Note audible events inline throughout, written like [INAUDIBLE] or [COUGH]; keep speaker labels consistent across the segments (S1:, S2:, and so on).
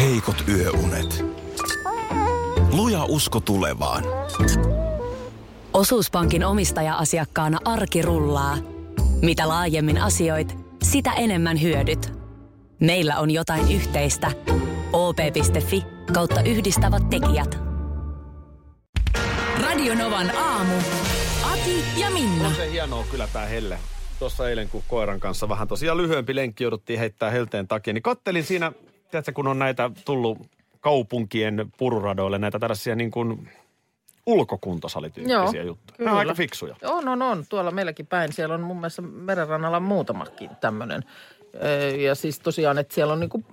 S1: heikot yöunet. Luja usko tulevaan.
S2: Osuuspankin omistaja-asiakkaana arki rullaa. Mitä laajemmin asioit, sitä enemmän hyödyt. Meillä on jotain yhteistä. op.fi kautta yhdistävät tekijät. Radionovan aamu. Ati ja
S3: No
S2: Minna.
S4: On se hienoa kyllä tää helle. Tuossa eilen, kun koiran kanssa vähän tosiaan lyhyempi lenkki jouduttiin heittää helteen takia, niin kattelin siinä, tiedätkö, kun on näitä tullut kaupunkien pururadoille, näitä tällaisia niin kuin ulkokuntosalit-tyyppisiä
S3: Joo,
S4: juttuja. Nämä
S3: kyllä.
S4: on aika fiksuja.
S3: On, on, on. Tuolla meilläkin päin. Siellä on mun mielestä merenrannalla muutamakin tämmöinen. Ja siis tosiaan, että siellä on niinku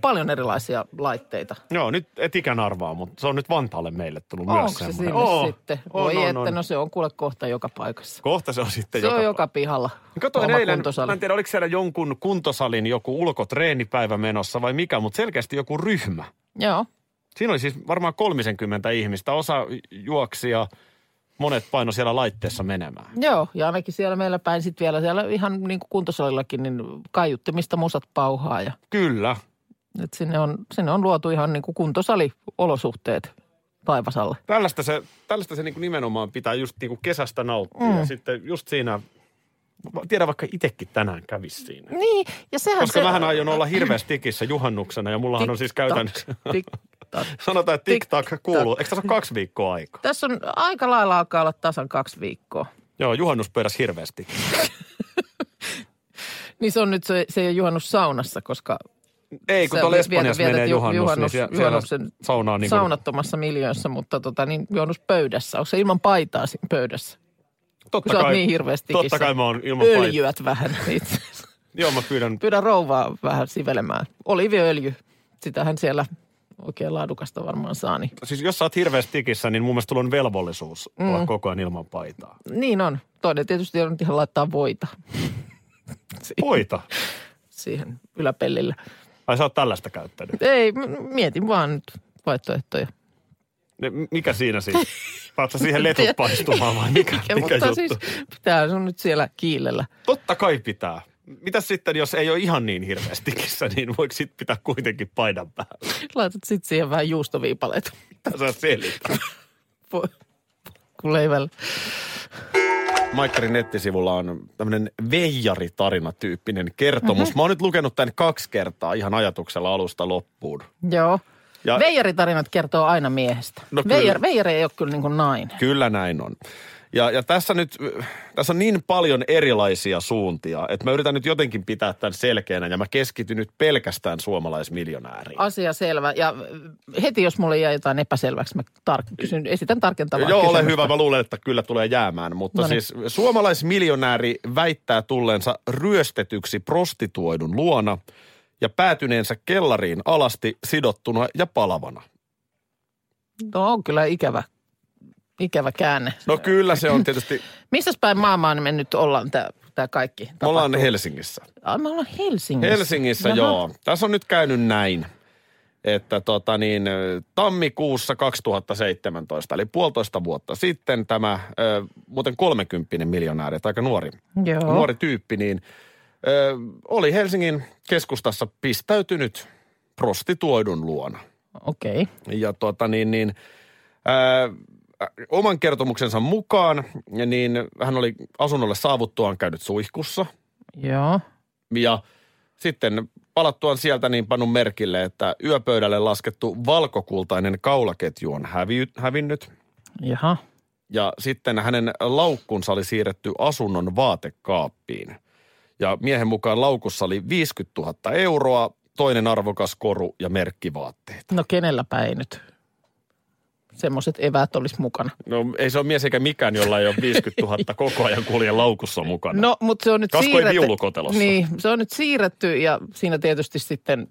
S3: paljon erilaisia laitteita.
S4: Joo, nyt et ikään arvaa, mutta se on nyt Vantaalle meille tullut
S3: Onko
S4: myös
S3: se
S4: semmoinen.
S3: sinne
S4: Oo,
S3: sitten?
S4: on,
S3: Voi
S4: on,
S3: että,
S4: on.
S3: no se on kuule kohta joka paikassa.
S4: Kohta se on sitten
S3: se on
S4: joka
S3: joka pihalla.
S4: Katoin
S3: Oma
S4: eilen,
S3: kuntosali.
S4: mä en tiedä oliko siellä jonkun kuntosalin joku ulkotreenipäivä menossa vai mikä, mutta selkeästi joku ryhmä.
S3: Joo.
S4: Siinä oli siis varmaan 30 ihmistä, osa juoksi ja monet paino siellä laitteessa menemään.
S3: Joo, ja ainakin siellä meillä päin sitten vielä siellä ihan niin kuin kuntosalillakin, niin kaiuttimista musat pauhaa. Ja,
S4: Kyllä.
S3: et sinne, on, sinne on luotu ihan niin kuin kuntosaliolosuhteet taivasalle.
S4: Tällaista se, tällaista se niinku nimenomaan pitää just niinku kesästä nauttia. Mm. Ja sitten just siinä, mä tiedän vaikka itsekin tänään kävisi siinä.
S3: Niin, ja sehän
S4: Koska
S3: se...
S4: mähän aion olla hirveästi tikissä juhannuksena ja mullahan on siis käytännössä,
S3: Tik-tak.
S4: sanotaan, että
S3: Tik-tak.
S4: tik-tak kuuluu. Eikö tässä ole kaksi viikkoa aikaa?
S3: Tässä on aika lailla alkaa olla tasan kaksi viikkoa.
S4: Joo, juhannus peräs hirveästi.
S3: Niin se on nyt, se, se ei ole juhannus saunassa, koska
S4: Ei, kun
S3: Sä
S4: tuolla
S3: vi-
S4: Espanjassa
S3: vietät
S4: menee
S3: ju-
S4: juhannus,
S3: juhannus-
S4: juhannus, niin siellä, siellä
S3: juhannuksen
S4: sauna on niin
S3: niin
S4: kuin...
S3: saunattomassa miljöössä, mutta tota, niin juhannuspöydässä. Onko se ilman paitaa siinä pöydässä? Kun sä oot niin hirveästi
S4: Totta kai mä oon ilman paitaa.
S3: Öljyät [LAUGHS] vähän itse asiassa.
S4: Joo, mä pyydän.
S3: Pyydä rouvaa vähän sivelemään. Oliiviöljy, sitähän siellä oikein laadukasta varmaan saa. Niin,
S4: Siis jos sä oot hirveästi tikissä, niin mun mielestä sulla on velvollisuus mm. olla koko ajan ilman paitaa.
S3: niin on. Toinen tietysti on nyt ihan laittaa voita
S4: Poita.
S3: siihen yläpellille.
S4: Ai sä oot tällaista käyttänyt.
S3: Ei, m- mietin vaan nyt vaihtoehtoja.
S4: Ne- Mikä siinä [LAUGHS] siis? Paatsa siihen letut paistumaan vai mikä, mikä, mikä
S3: mutta
S4: juttu?
S3: siis
S4: Siis...
S3: pitää sun nyt siellä kiilellä.
S4: Totta kai pitää. Mitäs sitten, jos ei ole ihan niin hirveästi tikissä, niin voiko sit pitää kuitenkin paidan päällä?
S3: Laitat sitten siihen vähän juustoviipaleita.
S4: Mitä sä selität?
S3: Voi. Kun leivällä.
S4: Maikkarin nettisivulla on tämmöinen veijaritarina-tyyppinen kertomus. Mm-hmm. Mä oon nyt lukenut tämän kaksi kertaa ihan ajatuksella alusta loppuun.
S3: Joo.
S4: Ja-
S3: Ja... Veijaritarinat kertoo aina miehestä.
S4: No
S3: No
S4: kyllä.
S3: Veijar, veijari ei ole kyllä niin kuin nainen.
S4: Kyllä näin on. Ja, ja tässä nyt, tässä on niin paljon erilaisia suuntia, että mä yritän nyt jotenkin pitää tämän selkeänä ja mä keskityn nyt pelkästään suomalaismiljonääriin.
S3: Asia selvä. Ja heti jos mulle jää jotain epäselväksi, mä tar- kysyn, esitän tarkentavaa
S4: Joo, ole
S3: kysymystä.
S4: hyvä. Mä luulen, että kyllä tulee jäämään. Mutta
S3: Noniin.
S4: siis suomalaismiljonääri väittää tulleensa ryöstetyksi prostituoidun luona ja päätyneensä kellariin alasti sidottuna ja palavana.
S3: No on kyllä ikävä, ikävä käänne.
S4: No kyllä se on tietysti.
S3: Missä päin maailmaa me nyt ollaan tämä kaikki?
S4: Me
S3: tapahtuu?
S4: ollaan Helsingissä.
S3: Ai, me ollaan Helsingissä.
S4: Helsingissä, joo. Tässä on nyt käynyt näin, että tota niin, ö, tammikuussa 2017, eli puolitoista vuotta sitten tämä ö, muuten 30 miljonääri, tai aika nuori,
S3: Joo.
S4: nuori tyyppi, niin ö, oli Helsingin keskustassa pistäytynyt prostituoidun luona.
S3: Okei. Okay.
S4: Ja tota niin, niin ää, oman kertomuksensa mukaan, niin hän oli asunnolle saavuttuaan käynyt suihkussa –
S3: Joo.
S4: ja sitten palattuaan sieltä niin pannut merkille, että yöpöydälle laskettu valkokultainen kaulaketju on hävi, hävinnyt.
S3: Jaha.
S4: Ja sitten hänen laukkunsa oli siirretty asunnon vaatekaappiin. Ja miehen mukaan laukussa oli 50 000 euroa, toinen arvokas koru ja merkkivaatteet.
S3: No kenelläpä ei nyt semmoiset eväät olisi mukana.
S4: No ei se ole mies eikä mikään, jolla ei ole 50 000 koko ajan kulje laukussa mukana.
S3: No, mutta se on nyt
S4: Kasko ei
S3: siirretty.
S4: viulukotelossa.
S3: Niin, se on nyt siirretty ja siinä tietysti sitten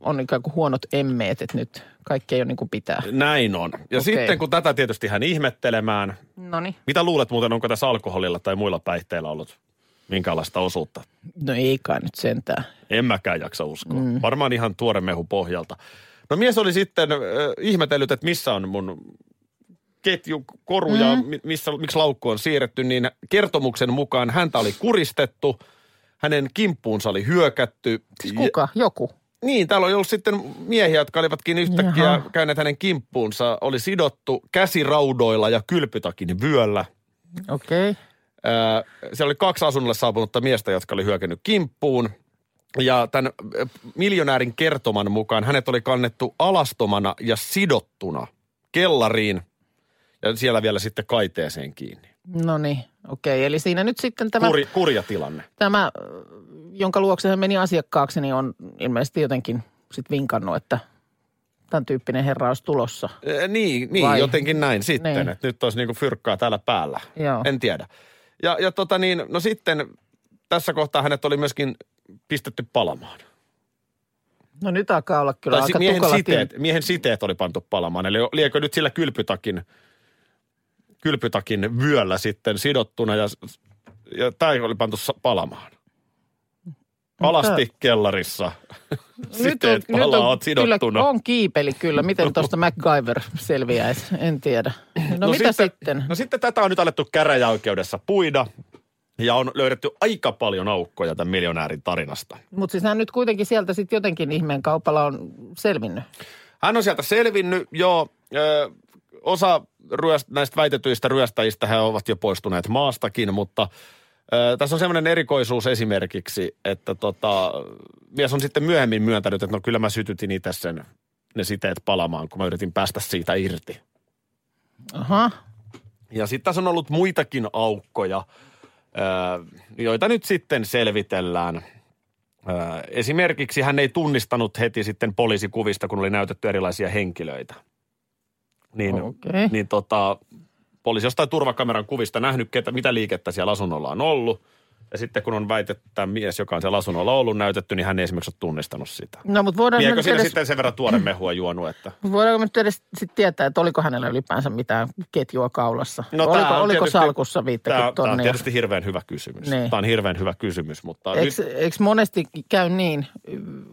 S3: on ikään kuin huonot emmeet, että nyt kaikki ei ole niin kuin pitää.
S4: Näin on. Ja
S3: Okei.
S4: sitten kun tätä tietysti hän ihmettelemään,
S3: No niin.
S4: Mitä luulet muuten, onko tässä alkoholilla tai muilla päihteillä ollut minkäänlaista osuutta?
S3: No ei kai nyt sentään.
S4: En mäkään jaksa uskoa. Mm. Varmaan ihan tuore mehu pohjalta. No mies oli sitten äh, ihmetellyt, että missä on mun ketju, koru ja
S3: Mm.
S4: mi- missä, miksi laukku on siirretty, niin kertomuksen mukaan häntä oli kuristettu, hänen kimppuunsa oli hyökätty.
S3: Siis kuka? Joku.
S4: Ja- Niin, täällä oli ollut sitten miehiä, jotka olivatkin yhtäkkiä
S3: Jaha.
S4: käyneet hänen kimppuunsa. Oli sidottu käsiraudoilla ja kylpytakin vyöllä.
S3: Okei. Okay.
S4: Öö, siellä oli kaksi asunnolle saapunutta miestä, jotka oli hyökännyt kimppuun. Ja tämän ö, miljonäärin kertoman mukaan hänet oli kannettu alastomana ja sidottuna kellariin ja siellä vielä sitten kaiteeseen kiinni.
S3: No niin, okei. Okay. Eli siinä nyt sitten tämä,
S4: Kurja, kurja tilanne.
S3: tämä, ö, jonka luokse hän meni asiakkaaksi, niin on ilmeisesti jotenkin sitten vinkannut, että tämän tyyppinen herra olisi tulossa.
S4: Ö, Niin, niin
S3: Vai?
S4: jotenkin näin sitten,
S3: Niin.
S4: että nyt olisi niinku fyrkkaa täällä päällä.
S3: Joo.
S4: En tiedä. Ja, ja tota niin, no sitten tässä kohtaa hänet oli myöskin pistetty palamaan.
S3: No nyt alkaa olla kyllä
S4: Tai si-
S3: aika
S4: miehen
S3: tukala tilanne.
S4: siteet, miehen siteet oli pantu palamaan. Eli liekö nyt sillä kylpytakin, kylpytakin vyöllä sitten sidottuna ja, ja tämä oli pantu sa- palamaan. Alasti kellarissa. Siteet
S3: nyt
S4: palaa, oot
S3: kyllä,
S4: sidottuna.
S3: on kiipeli kyllä. Miten
S4: [LAUGHS]
S3: tuosta MacGyver selviäisi? En tiedä. No, no mitä sitten?
S4: No sitten tätä on nyt alettu käräjäoikeudessa puida. Ja on löydetty aika paljon aukkoja tämän miljonäärin tarinasta.
S3: Mutta siis hän nyt kuitenkin sieltä sitten jotenkin ihmeen kaupalla on selvinnyt.
S4: Hän on sieltä selvinnyt, joo. Ö, osa ryöst, näistä väitetyistä ryöstäjistä he ovat jo poistuneet maastakin, mutta ö, tässä on semmoinen erikoisuus esimerkiksi, että tota, mies on sitten myöhemmin myöntänyt, että no kyllä mä sytytin itse sen, ne siteet palamaan, kun mä yritin päästä siitä irti.
S3: Aha.
S4: Ja sitten tässä on ollut muitakin aukkoja, ö, joita nyt sitten selvitellään. Ö, Esimerkiksi hän ei tunnistanut heti sitten poliisikuvista, kun oli näytetty erilaisia henkilöitä. Niin,
S3: Okei.
S4: niin tota, poliisi jostain turvakameran kuvista nähnyt, ketä, mitä liikettä siellä asunnolla on ollut. Ja sitten kun on väitetty tämä mies, joka on siellä asunnolla ollut näytetty, niin hän ei esimerkiksi ole tunnistanut sitä.
S3: No mutta voidaan
S4: Viekö
S3: nyt
S4: siinä
S3: edes,
S4: sitten sen verran tuore mehua juonut, että...
S3: voidaanko me nyt edes sit tietää, että oliko hänellä ylipäänsä mitään ketjua kaulassa?
S4: No, tää
S3: oliko
S4: on
S3: oliko
S4: tietysti-
S3: salkussa
S4: Tämä,
S3: 50
S4: tämä on
S3: tonnia?
S4: tietysti hirveän hyvä kysymys.
S3: Niin.
S4: Tämä on hirveän hyvä kysymys, mutta nyt...
S3: Eikö, eikö monesti käy niin,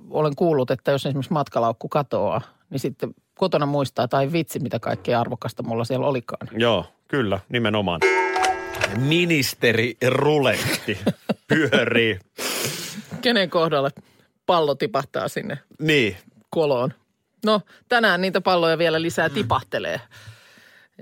S3: olen kuullut, että jos esimerkiksi matkalaukku katoaa, niin sitten kotona muistaa, tai vitsi, mitä kaikkea arvokasta mulla siellä olikaan.
S4: Joo, kyllä, nimenomaan. Ministeri ruletti [LAUGHS] pyörii.
S3: Kenen kohdalla pallo tipahtaa sinne
S4: Niin,
S3: koloon? No, tänään niitä palloja vielä lisää tipahtelee.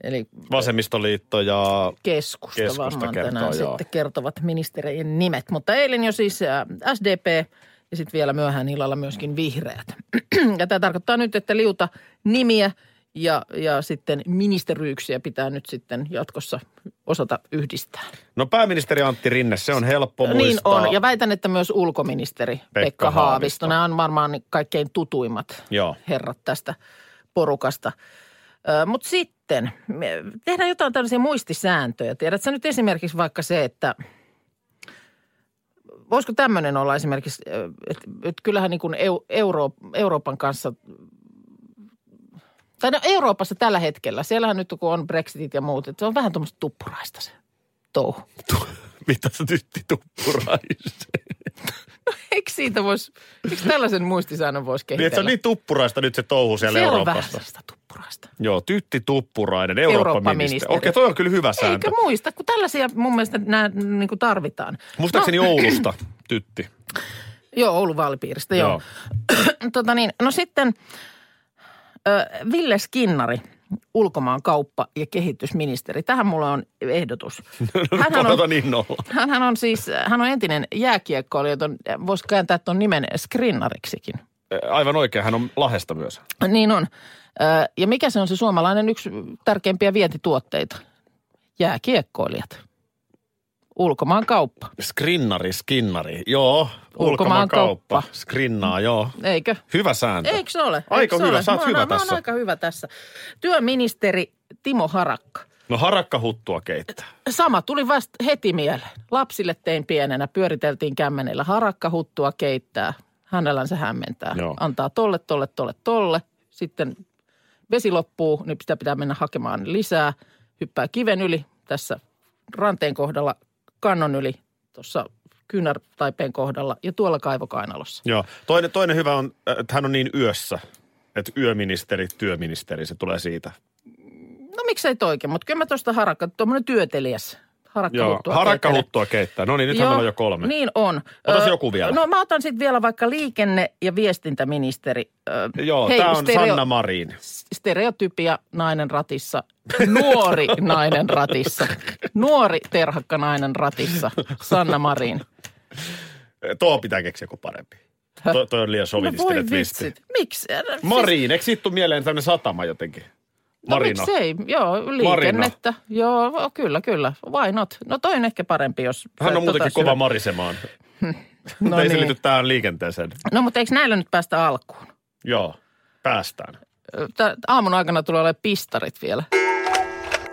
S3: Eli
S4: vasemmistoliitto ja
S3: keskusta,
S4: Keskusta
S3: varmaan
S4: kertoo,
S3: tänään
S4: joo.
S3: sitten kertovat ministerien nimet. Mutta eilen jo siis äh, SDP ja sitten vielä myöhään illalla myöskin vihreät. [CLEARS THROAT] ja tämä tarkoittaa nyt, että liuta nimiä ja, ja sitten ministeryyksiä pitää nyt sitten jatkossa osata yhdistää.
S4: no pääministeri Antti Rinne, se on helppo
S3: Niin
S4: muistaa.
S3: on. Ja väitän, että myös ulkoministeri Pekka, Pekka Haavisto.
S4: Haavisto.
S3: Haavisto. Nämä on varmaan ne kaikkein tutuimmat
S4: Joo.
S3: herrat tästä porukasta. Mutta sitten me tehdään jotain tällaisia muistisääntöjä. Tiedätkö sä nyt esimerkiksi vaikka se, että voisiko tämmöinen olla esimerkiksi, ö, että et kyllähän niin kuin eu, Euro, Euroopan kanssa, tai no Euroopassa tällä hetkellä, siellähän nyt kun on Brexitit ja muut, että se on vähän tuommoista tuppuraista se touhu.
S4: [LAUGHS] Mitä sä tytti tuppuraista?
S3: Eikö siitä voisi, eikö tällaisen muistisäännön voisi
S4: Niin, että se
S3: kehitellä?
S4: on niin tuppuraista nyt se touhu siellä,
S3: Siellä on vähän
S4: Euroopassa.
S3: sellaista tuppurasta.
S4: Joo, tytti tuppurainen,
S3: Eurooppa-ministeri.
S4: Eurooppa-ministeri. Okei, toi on kyllä hyvä sääntö.
S3: Eikö muista, kun tällaisia mun mielestä nämä niin kuin tarvitaan.
S4: Muistaakseni
S3: no,
S4: Oulusta tytti.
S3: Joo, Oulun vaalipiiristä, joo. joo. [CLEARS THROAT] tota niin, no sitten ö, Ville Skinnari, ulkomaan kauppa- ja kehitysministeri. Tähän mulla on ehdotus.
S4: no,
S3: Hänhän on,
S4: Odotan innolla.
S3: hänhän on siis, hän on entinen jääkiekkoilija, joten voisi kääntää tuon nimen Skrinnariksikin.
S4: Aivan oikein, hän on Lahesta myös.
S3: Niin on. Ö, Ja mikä se on se suomalainen yksi tärkeimpiä vientituotteita? Jääkiekkoilijat. Ulkomaan kauppa,
S4: Skrinnari, skinnari. Joo,
S3: Ulkomaankauppa.
S4: ulkomaankauppa. Skrinnaa, joo.
S3: eikö?
S4: Hyvä sääntö.
S3: Eikö se ole?
S4: Aika
S3: Eikö se
S4: hyvä,
S3: ole?
S4: sä oot
S3: Mä oon-
S4: hyvä
S3: mä oon
S4: tässä.
S3: aika hyvä tässä. Työministeri Timo Harakka.
S4: No harakkahuttua keittää.
S3: Sama tuli vasta heti mieleen. Lapsille tein pienenä, pyöriteltiin kämmenellä. Harakka huttua keittää, hänellään se hämmentää.
S4: Joo.
S3: Antaa tolle, tolle, tolle, tolle. Sitten vesi loppuu, niin sitä pitää mennä hakemaan lisää. Hyppää kiven yli tässä ranteen kohdalla, kannon yli tuossa kyynärtaipeen kohdalla ja tuolla kaivokainalossa.
S4: Joo. Toinen, toinen hyvä on, että hän on niin yössä, että yöministeri, työministeri, se tulee siitä.
S3: No miksei toikin, mutta kyllä mä tuosta harakka, tuommoinen työtelijäs harakkahuttua.
S4: Joo,
S3: keitelen.
S4: harakkahuttua keittää. No niin, nyt meillä on jo kolme.
S3: Niin on.
S4: Otas
S3: Ö,
S4: joku vielä.
S3: No mä otan sitten vielä vaikka liikenne- ja viestintäministeri. Ö,
S4: Joo, tämä on
S3: stereo-
S4: Sanna Marin.
S3: Stereotypia nainen ratissa.
S4: [LAUGHS]
S3: Nuori nainen ratissa. Nuori terhakka nainen ratissa. Sanna
S4: [LAUGHS]
S3: Marin.
S4: Tuo pitää keksiä joku parempi.
S3: Häh?
S4: Toi, toi on liian
S3: No
S4: sovinistinen
S3: voi
S4: twisti.
S3: vitsit. äh, siis- Miksi?
S4: Marin, eikö siitä tuu mieleen tämmöinen satama jotenkin?
S3: No
S4: Marina.
S3: miksei? Joo, liikennettä. Joo, kyllä, kyllä. Why not? No toi on ehkä parempi, jos...
S4: Hän on
S3: tota
S4: muutenkin
S3: syö-
S4: kova marisemaan.
S3: No,
S4: Mutta [LAUGHS] ei se
S3: niin.
S4: liity tähän liikenteeseen.
S3: no mutta eikö näillä nyt päästä alkuun?
S4: Joo, päästään.
S3: Ö, tää- Aamun aikana tulee olemaan pistarit vielä.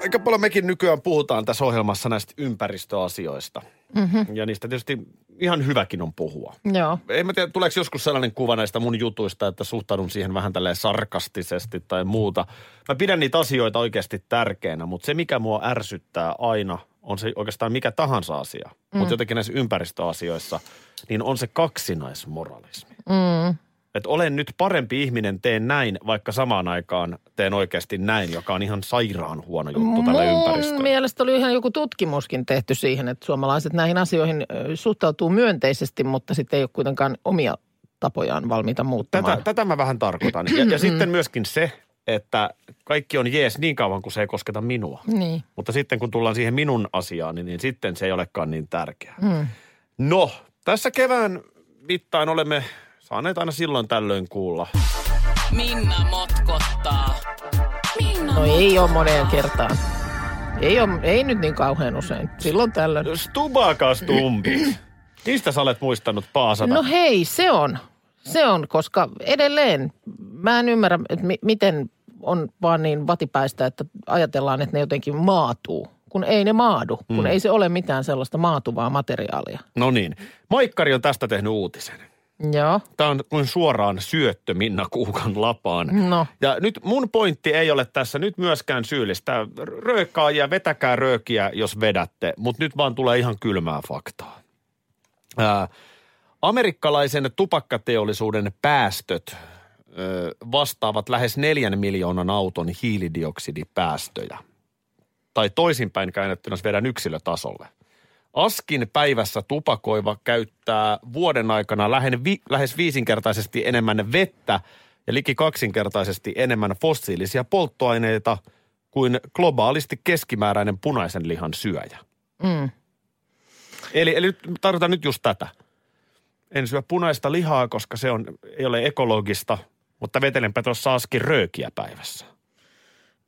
S4: Aika paljon mekin nykyään puhutaan tässä ohjelmassa näistä ympäristöasioista. Mm-hmm. Ja niistä tietysti ihan hyväkin on puhua.
S3: Joo.
S4: En mä tiedä, tuleeko joskus sellainen kuva näistä mun jutuista, että suhtaudun siihen vähän tälleen sarkastisesti tai muuta. Mä pidän niitä asioita oikeasti tärkeänä, mutta se mikä mua ärsyttää aina, on se oikeastaan mikä tahansa asia. Mm. Mutta jotenkin näissä ympäristöasioissa, niin on se kaksinaismoralismi.
S3: Mm.
S4: Että olen nyt parempi ihminen, teen näin, vaikka samaan aikaan teen oikeasti näin, joka on ihan sairaan huono juttu tällä
S3: Mun
S4: ympäristöllä.
S3: mielestä oli ihan joku tutkimuskin tehty siihen, että suomalaiset näihin asioihin ö, suhtautuu myönteisesti, mutta sitten ei ole kuitenkaan omia tapojaan valmiita muuttamaan.
S4: Tätä, tätä mä vähän tarkoitan. Ja,
S3: [CLEARS THROAT]
S4: ja sitten myöskin se, että kaikki on jees niin kauan, kuin se ei kosketa minua.
S3: Niin.
S4: Mutta sitten kun tullaan siihen minun asiaan, niin, niin sitten se ei olekaan niin tärkeää. Mm. No, tässä kevään mittaan olemme saaneet aina silloin tällöin kuulla.
S5: Minna motkottaa. Minna
S3: No ei ole moneen kertaan. Ei, ole, ei nyt niin kauhean usein. Silloin tällöin. [CLEARS THROAT]
S4: Stubakastumpit. Niistä sä olet muistanut paasata.
S3: No hei, se on. Se on, koska edelleen mä en ymmärrä, että mi- miten on vaan niin vatipäistä, että ajatellaan, että ne jotenkin maatuu. Kun ei ne maadu, kun ei se ole mitään sellaista maatuvaa materiaalia.
S4: no niin. Maikkari on tästä tehnyt uutisen.
S3: Joo,
S4: Tämä on kuin suoraan syöttö Minna Kuukan lapaan.
S3: no.
S4: Ja nyt mun pointti ei ole tässä nyt myöskään syyllistää röökkaajia, vetäkää röökiä, jos vedätte, mutta nyt vaan tulee ihan kylmää faktaa. Ää, amerikkalaisen tupakkateollisuuden päästöt ö, vastaavat lähes neljän miljoonan auton hiilidioksidipäästöjä. Tai toisinpäin käännettynä, jos vedän yksilötasolle. Askin päivässä tupakoiva käyttää vuoden aikana lähen vi, lähes viisinkertaisesti enemmän vettä ja liki kaksinkertaisesti enemmän fossiilisia polttoaineita kuin globaalisti keskimääräinen punaisen lihan syöjä.
S3: Mm.
S4: Eli, eli nyt, tarkoitan nyt just tätä. En syö punaista lihaa, koska se on, ei ole ekologista, mutta vetelenpä tuossa askin röökiä päivässä.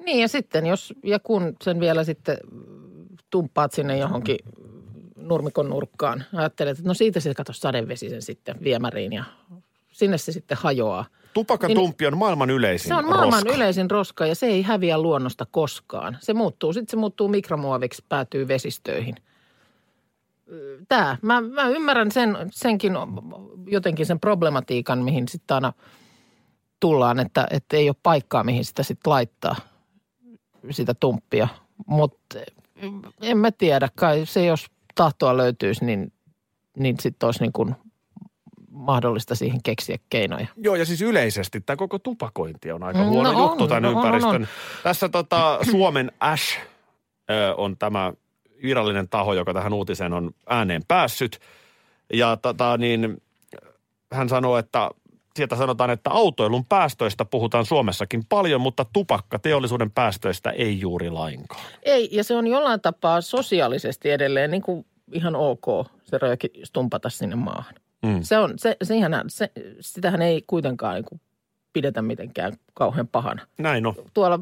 S3: Niin ja sitten jos ja kun sen vielä sitten tumppaat sinne johonkin nurmikon nurkkaan, ajattelet, että no siitä se kato sadevesi sen sitten viemäriin ja sinne se sitten hajoaa.
S4: Tupakatumppi on maailman yleisin
S3: Niin- Se on maailman
S4: roska.
S3: yleisin roska ja se ei häviä luonnosta koskaan. Se muuttuu, sitten se muuttuu mikromuoviksi, päätyy vesistöihin. Tämä, mä, mä ymmärrän sen, senkin jotenkin sen problematiikan, mihin sitten aina tullaan, että, että ei ole paikkaa, mihin sitä sitten laittaa, sitä tumppia. Mutta en mä tiedä, kai se jos tahtoa löytyisi, niin, niin sitten olisi niin kuin mahdollista siihen keksiä keinoja.
S4: Joo, ja siis yleisesti tämä koko tupakointi on aika
S3: Mm,
S4: huono
S3: no on,
S4: juttu tämän
S3: no on, on,
S4: ympäristön.
S3: on.
S4: Tässä tota, Suomen ASH ö, on tämä virallinen taho, joka tähän uutiseen on ääneen päässyt. Ja tota, niin, hän sanoo, että sieltä sanotaan, että autoilun päästöistä puhutaan Suomessakin paljon, mutta tupakkateollisuuden päästöistä ei juuri lainkaan.
S3: Ei, ja se on jollain tapaa sosiaalisesti edelleen niin kuin ihan ok se rööki stumpata sinne maahan.
S4: Mm.
S3: Se on, se, siihenhän, se, sitähän ei kuitenkaan niin kuin pidetä mitenkään kauhean pahana.
S4: Näin on.
S3: Tuolla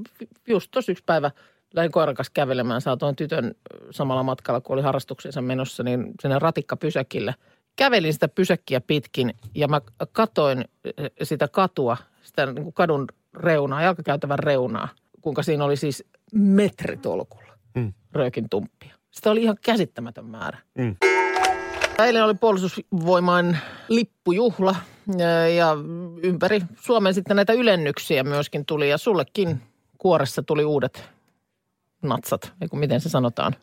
S3: just tuossa yksi päivä lähdin koiran kanssa kävelemään, saatoin tytön samalla matkalla, kun oli harrastuksensa menossa, niin sinne ratikkapysäkille. Kävelin sitä pysäkkiä pitkin ja mä katoin eh, sitä katua, sitä niin kuin kadun reunaa, jalkakäytävän reunaa, kuinka siinä oli siis metritolkulla
S4: Mm.
S3: röökin tumppia. Sitä oli ihan käsittämätön määrä.
S4: Mm.
S3: Eilen oli puolustusvoimain lippujuhla ja- ja ympäri Suomen sitten näitä ylennyksiä myöskin tuli ja sullekin kuoressa tuli uudet natsat, eikö miten se sanotaan.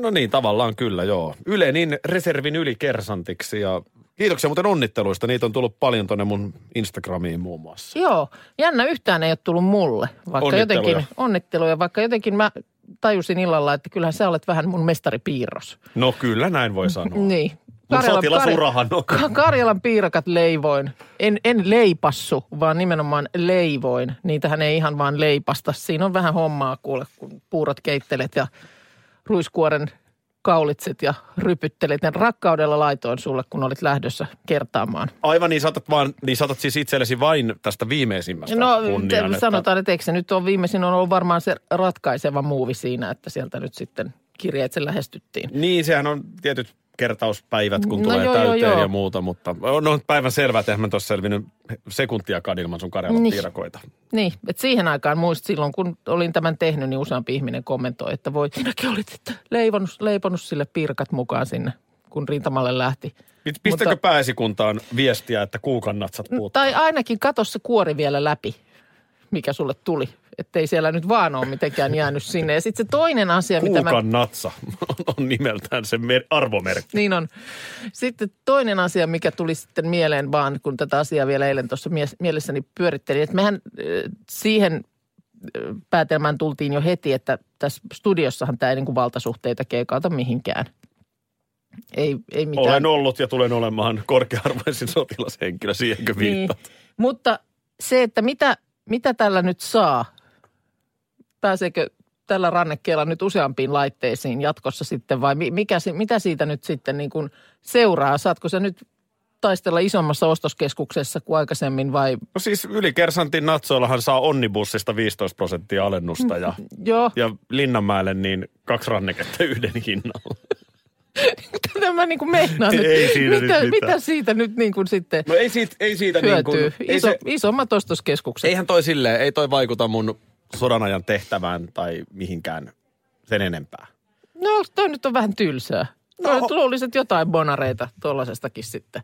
S4: No niin, tavallaan kyllä, joo. Ylenin reservin ylikersantiksi ja kiitoksia muuten onnitteluista. Niitä on tullut paljon tonne mun Instagramiin muun muassa.
S3: Joo, jännä yhtään ei ole tullut mulle, vaikka
S4: Onnitteluja.
S3: jotenkin onnitteluja, vaikka jotenkin mä tajusin illalla, että kyllähän sä olet vähän mun mestaripiirros.
S4: No kyllä näin voi sanoa.
S3: Niin.
S4: Mun sotilasurahan on.
S3: Ka- Karjalan piirakat leivoin. En, en leipassu, vaan nimenomaan leivoin. Niitähän ei ihan vaan leipasta. Siinä on vähän hommaa kuule, kun puurot keittelet ja ruiskuoren kaulitset ja rypyttelet. Ne rakkaudella laitoin sulle, kun olit lähdössä kertaamaan.
S4: Aivan niin saatat, vaan, niin saatat siis itsellesi vain tästä viimeisimmästä
S3: No
S4: kunnian.
S3: te, sanotaan, että eikö se nyt on viimeisin on ollut varmaan se ratkaiseva muuvi siinä, että sieltä nyt sitten kirjeitse lähestyttiin.
S4: Että, niin, sehän on tietyt kertauspäivät, kun
S3: No
S4: tulee
S3: joo, joo,
S4: täyteen
S3: joo.
S4: ja muuta, mutta on no, päivän selvää, että eihän mä tuossa selvinnyt sekuntiakaan ilman sun Karjalan
S3: Niin.
S4: piirakoita.
S3: Niin, että siihen aikaan muist silloin, kun olin tämän tehnyt, niin useampi ihminen kommentoi, että voi, sinäkin olit että leivonut, leiponut sille pirkat mukaan sinne, kun rintamalle lähti.
S4: Pit- Pistäkö
S3: Mutta-
S4: pääsikuntaan viestiä, että kuukannatsat puuttuu?
S3: Tai ainakin katso se kuori vielä läpi, mikä sulle tuli. Että ei siellä nyt vaan ole mitenkään jäänyt sinne. Ja sitten se toinen asia, mitä mä...
S4: Kuukannatsa [LAUGHS] on- on nimeltään se mer-
S3: [LAUGHS]
S4: arvomerkki.
S3: Niin on. Sitten toinen asia, mikä tuli sitten mieleen vaan, kun tätä asiaa vielä eilen tuossa mies- mielessäni pyörittelin, että mehän ö, siihen ö, päätelmään tultiin jo heti, että tässä studiossahan tämä ei niin kuin valtasuhteita keikauta mihinkään. Ei, ei mitään.
S4: Olen ollut ja tulen olemaan korkearvoisin [LAUGHS] sotilashenkilö, siihenkö viittaa? Niin.
S3: Mutta se, että mitä, mitä tällä nyt saa, pääseekö tällä rannekkeella nyt useampiin laitteisiin jatkossa sitten vai mi- mikä, si- mitä siitä nyt sitten niin kuin seuraa? Saatko sä nyt taistella isommassa ostoskeskuksessa kuin aikaisemmin vai [LAUGHS]
S4: No siis ylikersantin natsoillahan saa onnibussista 15 prosenttia alennusta ja,
S3: joo?
S4: [LAUGHS] ja Linnanmäelle niin kaksi ranneketta yhden hinnalla.
S3: Mitä mä niin kuin meinaan nyt?
S4: Ei siinä nyt
S3: mitä,
S4: mitään.
S3: mitä siitä nyt niin kuin sitten
S4: No ei siitä, ei siitä niin
S3: hyötyy?
S4: kuin, ei
S3: Iso,
S4: se,
S3: Isommat ostoskeskukset.
S4: eihän toi silleen, ei toi vaikuta mun sodanajan tehtävään tai mihinkään sen enempää.
S3: No toi nyt on vähän tylsää. No. Nyt luulisit jotain bonareita tuollaisestakin sitten.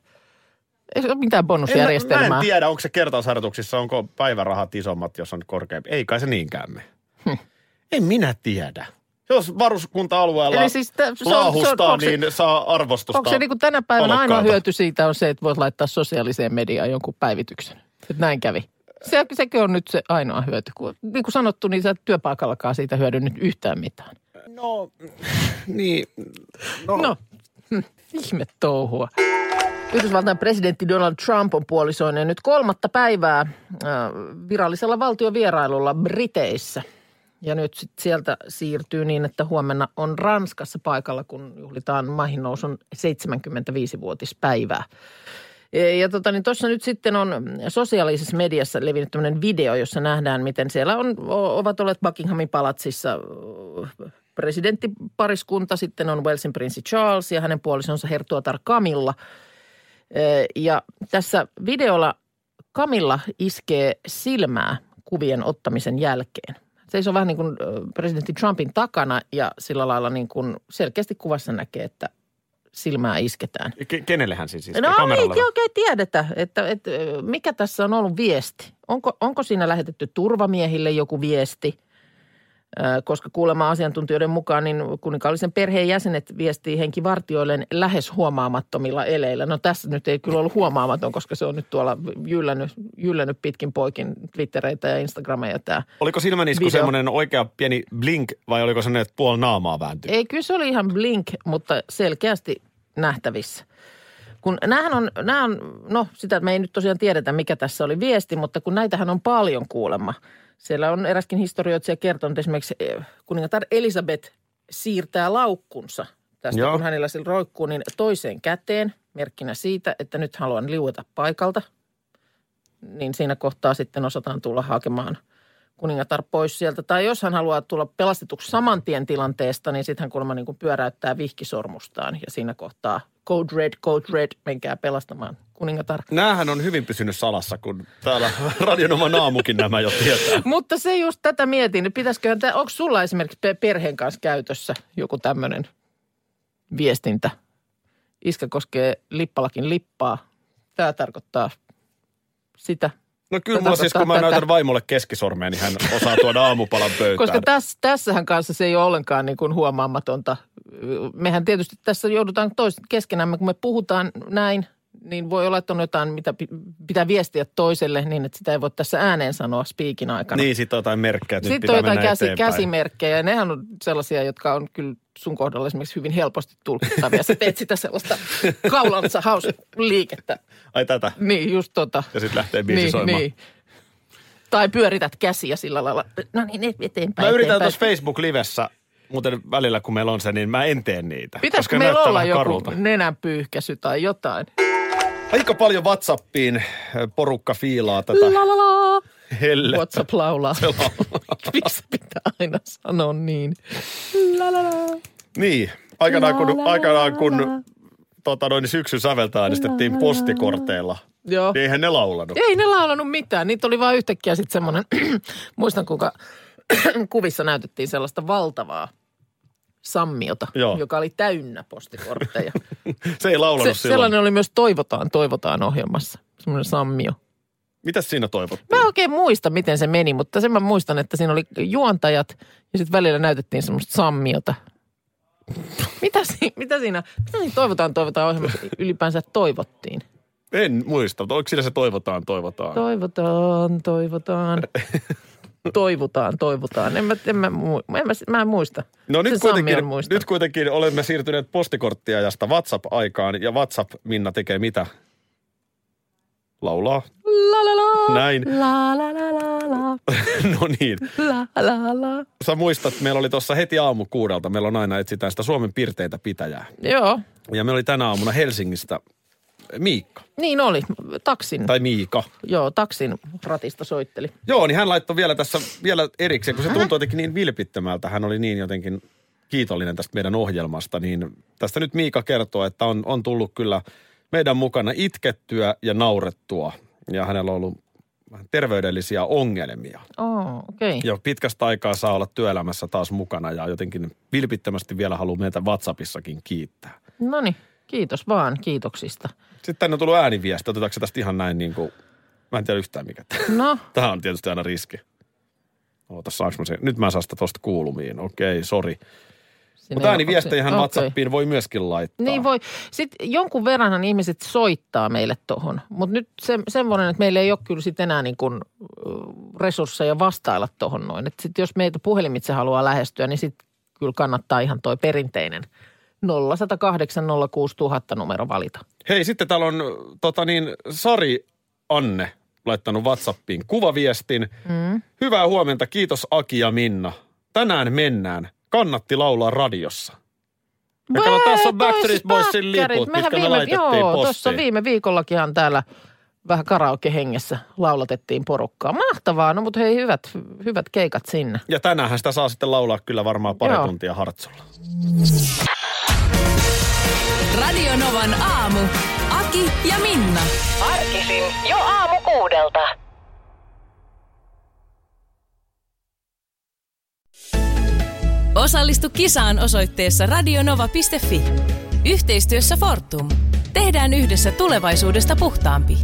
S3: Ei se ole mitään bonusjärjestelmää.
S4: En, mä en tiedä, onko se kertausharjoituksissa, onko päivärahat isommat, jos on korkeampi. Ei kai se niinkään me.
S3: Hmm.
S4: En minä tiedä. Jos varuskunta-alueella
S3: Eli siis tä- se on- se on-
S4: laahustaa,
S3: onko se-
S4: niin saa arvostusta.
S3: Onko se niin kuin tänä päivänä ainoa
S4: Olokkaita.
S3: hyöty siitä on se, että voit laittaa sosiaaliseen mediaan jonkun päivityksen? Että näin kävi. Se, sekö on nyt se ainoa hyöty? Kun, niin kuin sanottu, niin sä et työpaikallakaan siitä hyödy nyt yhtään mitään.
S4: No, niin.
S3: No, [LAUGHS] hm, ihme touhua. Yhdysvaltain presidentti Donald Trump on puolisoinen nyt kolmatta päivää äh, virallisella valtiovierailulla Briteissä. Ja nyt sit sieltä siirtyy niin, että huomenna on Ranskassa paikalla, kun juhlitaan maihin nousun 75-vuotispäivää. Ja, ja tota, niin tuossa nyt sitten on sosiaalisessa mediassa levinnyt tämmöinen video, jossa nähdään, miten siellä on, o- ovat olleet Buckinghamin palatsissa ö, presidenttipariskunta, sitten on Walesin prinssi Charles ja hänen puolisonsa hertuatar Camilla. Ö, Eh, Ja tässä videolla Camilla iskee silmää kuvien ottamisen jälkeen. Se on vähän niin kuin ö, presidentti Trumpin takana ja sillä lailla niin kuin selkeästi kuvassa näkee, että silmää isketään.
S4: Ke- kenelle hän siis? siis
S3: No ei
S4: Kameralle vai?
S3: oikein tiedetä, että, että ö, mikä tässä on ollut viesti. Onko, onko siinä lähetetty turvamiehille joku viesti? Ö, Koska kuulemma asiantuntijoiden mukaan niin kuninkaallisen perheen jäsenet viestii henkivartioilleen lähes huomaamattomilla eleillä. No tässä nyt ei kyllä ollut huomaamaton, koska se on nyt tuolla jyllännyt, jyllännyt pitkin poikin Twittereitä ja Instagrameja tämä.
S4: Oliko silmänisku
S3: Video.
S4: semmoinen oikea pieni blink vai oliko se että puoli naamaa vääntyy?
S3: Ei, kyllä se oli ihan blink, mutta selkeästi nähtävissä. Kun näähän on, nää on, no sitä me ei nyt tosiaan tiedetä, mikä tässä oli viesti, mutta kun näitähän on paljon kuulemma. Siellä on eräskin historioitsija kertonut esimerkiksi eh, kuningatar Elisabeth siirtää laukkunsa tästä,
S4: Joo.
S3: Joo. kun hänellä sillä roikkuu, niin toiseen käteen merkkinä siitä, että nyt haluan liueta paikalta. Niin siinä kohtaa sitten osataan tulla hakemaan kuningatar pois sieltä. Tai jos hän haluaa tulla pelastetuksi saman tien tilanteesta, niin sitten hän kuulemma niin kuin pyöräyttää vihkisormustaan ja siinä kohtaa Code Red, Code Red, menkää pelastamaan kuningatar.
S4: Nämähän on hyvin pysynyt salassa, kun täällä [LAUGHS] radionoman aamukin nämä jo tietää.
S3: Mutta se just tätä mietin, että pitäisiköhän, tää- onko sulla esimerkiksi pe- perheen kanssa käytössä joku tämmöinen viestintä? Iskä koskee lippalakin lippaa. Tämä tarkoittaa sitä.
S4: No kyllä
S3: Se
S4: mulla siis, kun mä
S3: tarkoittaa
S4: näytän
S3: tätä.
S4: vaimolle keskisormeen, niin hän osaa tuoda aamupalan pöytään.
S3: Koska tässä, tässähän kanssa se ei ole ollenkaan niin kuin huomaamatonta. Mehän tietysti tässä joudutaan tois keskenämme, kun me puhutaan näin, niin voi olla, että on jotain, mitä pi- pitää viestiä toiselle niin, että sitä ei voi tässä ääneen sanoa spiikin aikana.
S4: Niin, sit on jotain merkkejä, että nyt
S3: Sitten
S4: pitää
S3: on jotain
S4: mennä
S3: käsi,
S4: eteenpäin.
S3: käsimerkkejä ja nehän on sellaisia, jotka on kyllä sun kohdalla esimerkiksi hyvin helposti tulkittavia. Sä teet sitä sellaista
S4: [LAUGHS]
S3: kaulansa hausliikettä.
S4: Ai tätä.
S3: Niin, just tota.
S4: Ja sit lähtee biisi soimaan.
S3: niin. Tai pyörität käsiä sillä lailla. No niin, et- eteenpäin.
S4: Mä yritän
S3: eteenpäin.
S4: tuossa Facebook-livessä, muuten välillä kun meillä on se, niin mä en tee niitä. koska
S3: Pitäisikö
S4: ne
S3: meillä
S4: näyttää
S3: olla
S4: vähän
S3: joku
S4: karulta.
S3: nenänpyyhkäsy tai jotain?
S4: Aika paljon WhatsAppiin eh, porukka fiilaa tätä
S3: La la la.
S4: hellettä.
S3: WhatsApp
S4: [LAUGHS]
S3: laulaa. Miksi pitää aina sanoa niin? La la la.
S4: Niin, aikanaan kun, aikanaan, kun tota noin, syksyn säveltä äänestettiin postikorteilla,
S3: Joo.
S4: niin eihän ne laulanut.
S3: Ei ne laulanut mitään. Niitä oli vaan yhtäkkiä sitten semmoinen, [CLEARS THROAT] muistan kuinka [CLEARS THROAT] kuvissa näytettiin sellaista valtavaa sammiota,
S4: Joo.
S3: joka oli täynnä
S4: [LAUGHS]
S3: postikortteja.
S4: Se ei laulanut
S3: Se,
S4: silloin.
S3: sellainen oli myös Toivotaan, toivotaan ohjelmassa. Semmoinen sammio.
S4: Mitäs siinä toivottiin?
S3: Mä en oikein muista, miten se meni, mutta sen mä muistan, että siinä oli juontajat ja sitten välillä näytettiin semmoista sammiota. Mitä, si- mitä siinä, mitä siinä toivotaan, toivotaan ohjelmassa ylipäänsä toivottiin?
S4: En muista, mutta oliko siinä se toivotaan, toivotaan?
S3: Toivotaan, toivotaan. Toivotaan, toivotaan. En mä, en mä, mui- en mä, mä en muista.
S4: No nyt
S3: Se Sammi
S4: kuitenkin,
S3: on muista.
S4: nyt kuitenkin olemme siirtyneet postikorttiajasta WhatsApp-aikaan ja WhatsApp Minna tekee mitä? Laulaa.
S3: La la la.
S4: Näin. [LAUGHS]
S3: La la la la la.
S4: No niin.
S3: La la la.
S4: Sä muistat, meillä oli tuossa heti aamu kuudelta, meillä on aina etsitään sitä Suomen piirteitä pitäjää.
S3: Joo,
S4: Ja meillä oli tänä aamuna Helsingistä Miikka,
S3: niin oli. Taksin,
S4: tai Miika.
S3: joo, taksin ratista soitteli.
S4: Joo, niin hän laittoi vielä tässä vielä erikseen, kun se tuntui jotenkin niin vilpittömältä. Hän oli niin jotenkin kiitollinen tästä meidän ohjelmasta, niin tästä nyt Miika kertoo, että on, on tullut kyllä meidän mukana itkettyä ja naurettua. Ja hänellä on ollut vähän terveydellisiä ongelmia.
S3: Oh, okei. Okay.
S4: Ja pitkästä aikaa saa olla työelämässä taas mukana ja jotenkin vilpittömästi vielä haluaa meitä WhatsAppissakin kiittää.
S3: No niin, kiitos vaan kiitoksista.
S4: Sitten tänne on tullut ääniviesti, otetaanko se tästä ihan näin niin kuin, mä en tiedä yhtään mikä tämä
S3: No,
S4: Tämä on tietysti aina riski. Oota, saanko mä sen? Nyt mä en saa sitä tosta kuulumiin. Okei, sori.
S3: sinne
S4: Mutta
S3: onko se-
S4: ääniviestejähän
S3: Niin, okei.
S4: okay. WhatsAppiin voi myöskin laittaa.
S3: Niin voi. Sitten jonkun verranhan ihmiset soittaa meille tohon. Mutta nyt se, semmoinen, että meillä ei ole kyllä sitten enää niin kuin ö, resursseja vastailla tohon noin. Että sitten jos meitä puhelimitse haluaa lähestyä, niin sitten kyllä kannattaa ihan toi perinteinen 0108 06000 numero valita.
S4: Hei, sitten täällä on tota niin, Sari Anne laittanut WhatsAppiin kuvaviestin. Mm. Hyvää huomenta, kiitos Aki ja Minna. Tänään mennään. Kannatti laulaa radiossa. Ja kato, no, tässä on
S3: Voi,
S4: Backstreet
S3: toi siis
S4: Boysin
S3: Backstreet.
S4: liput,
S3: Mehän
S4: mitkä me
S3: viime-
S4: laitettiin
S3: Joo, tuossa
S4: postiin.
S3: viime viikollakinhan täällä vähän karaokehengessä laulatettiin porukkaa. Mahtavaa, no mutta hei hyvät, hyvät keikat sinne.
S4: Ja tänäänhän sitä saa sitten laulaa kyllä varmaan pari
S3: Joo.
S4: tuntia hartsolla.
S2: Radio Novan aamu. Aki ja Minna.
S5: Arkisin jo aamu kuudelta.
S2: Osallistu kisaan osoitteessa radionova.fi. Yhteistyössä Fortum. Tehdään yhdessä tulevaisuudesta puhtaampi.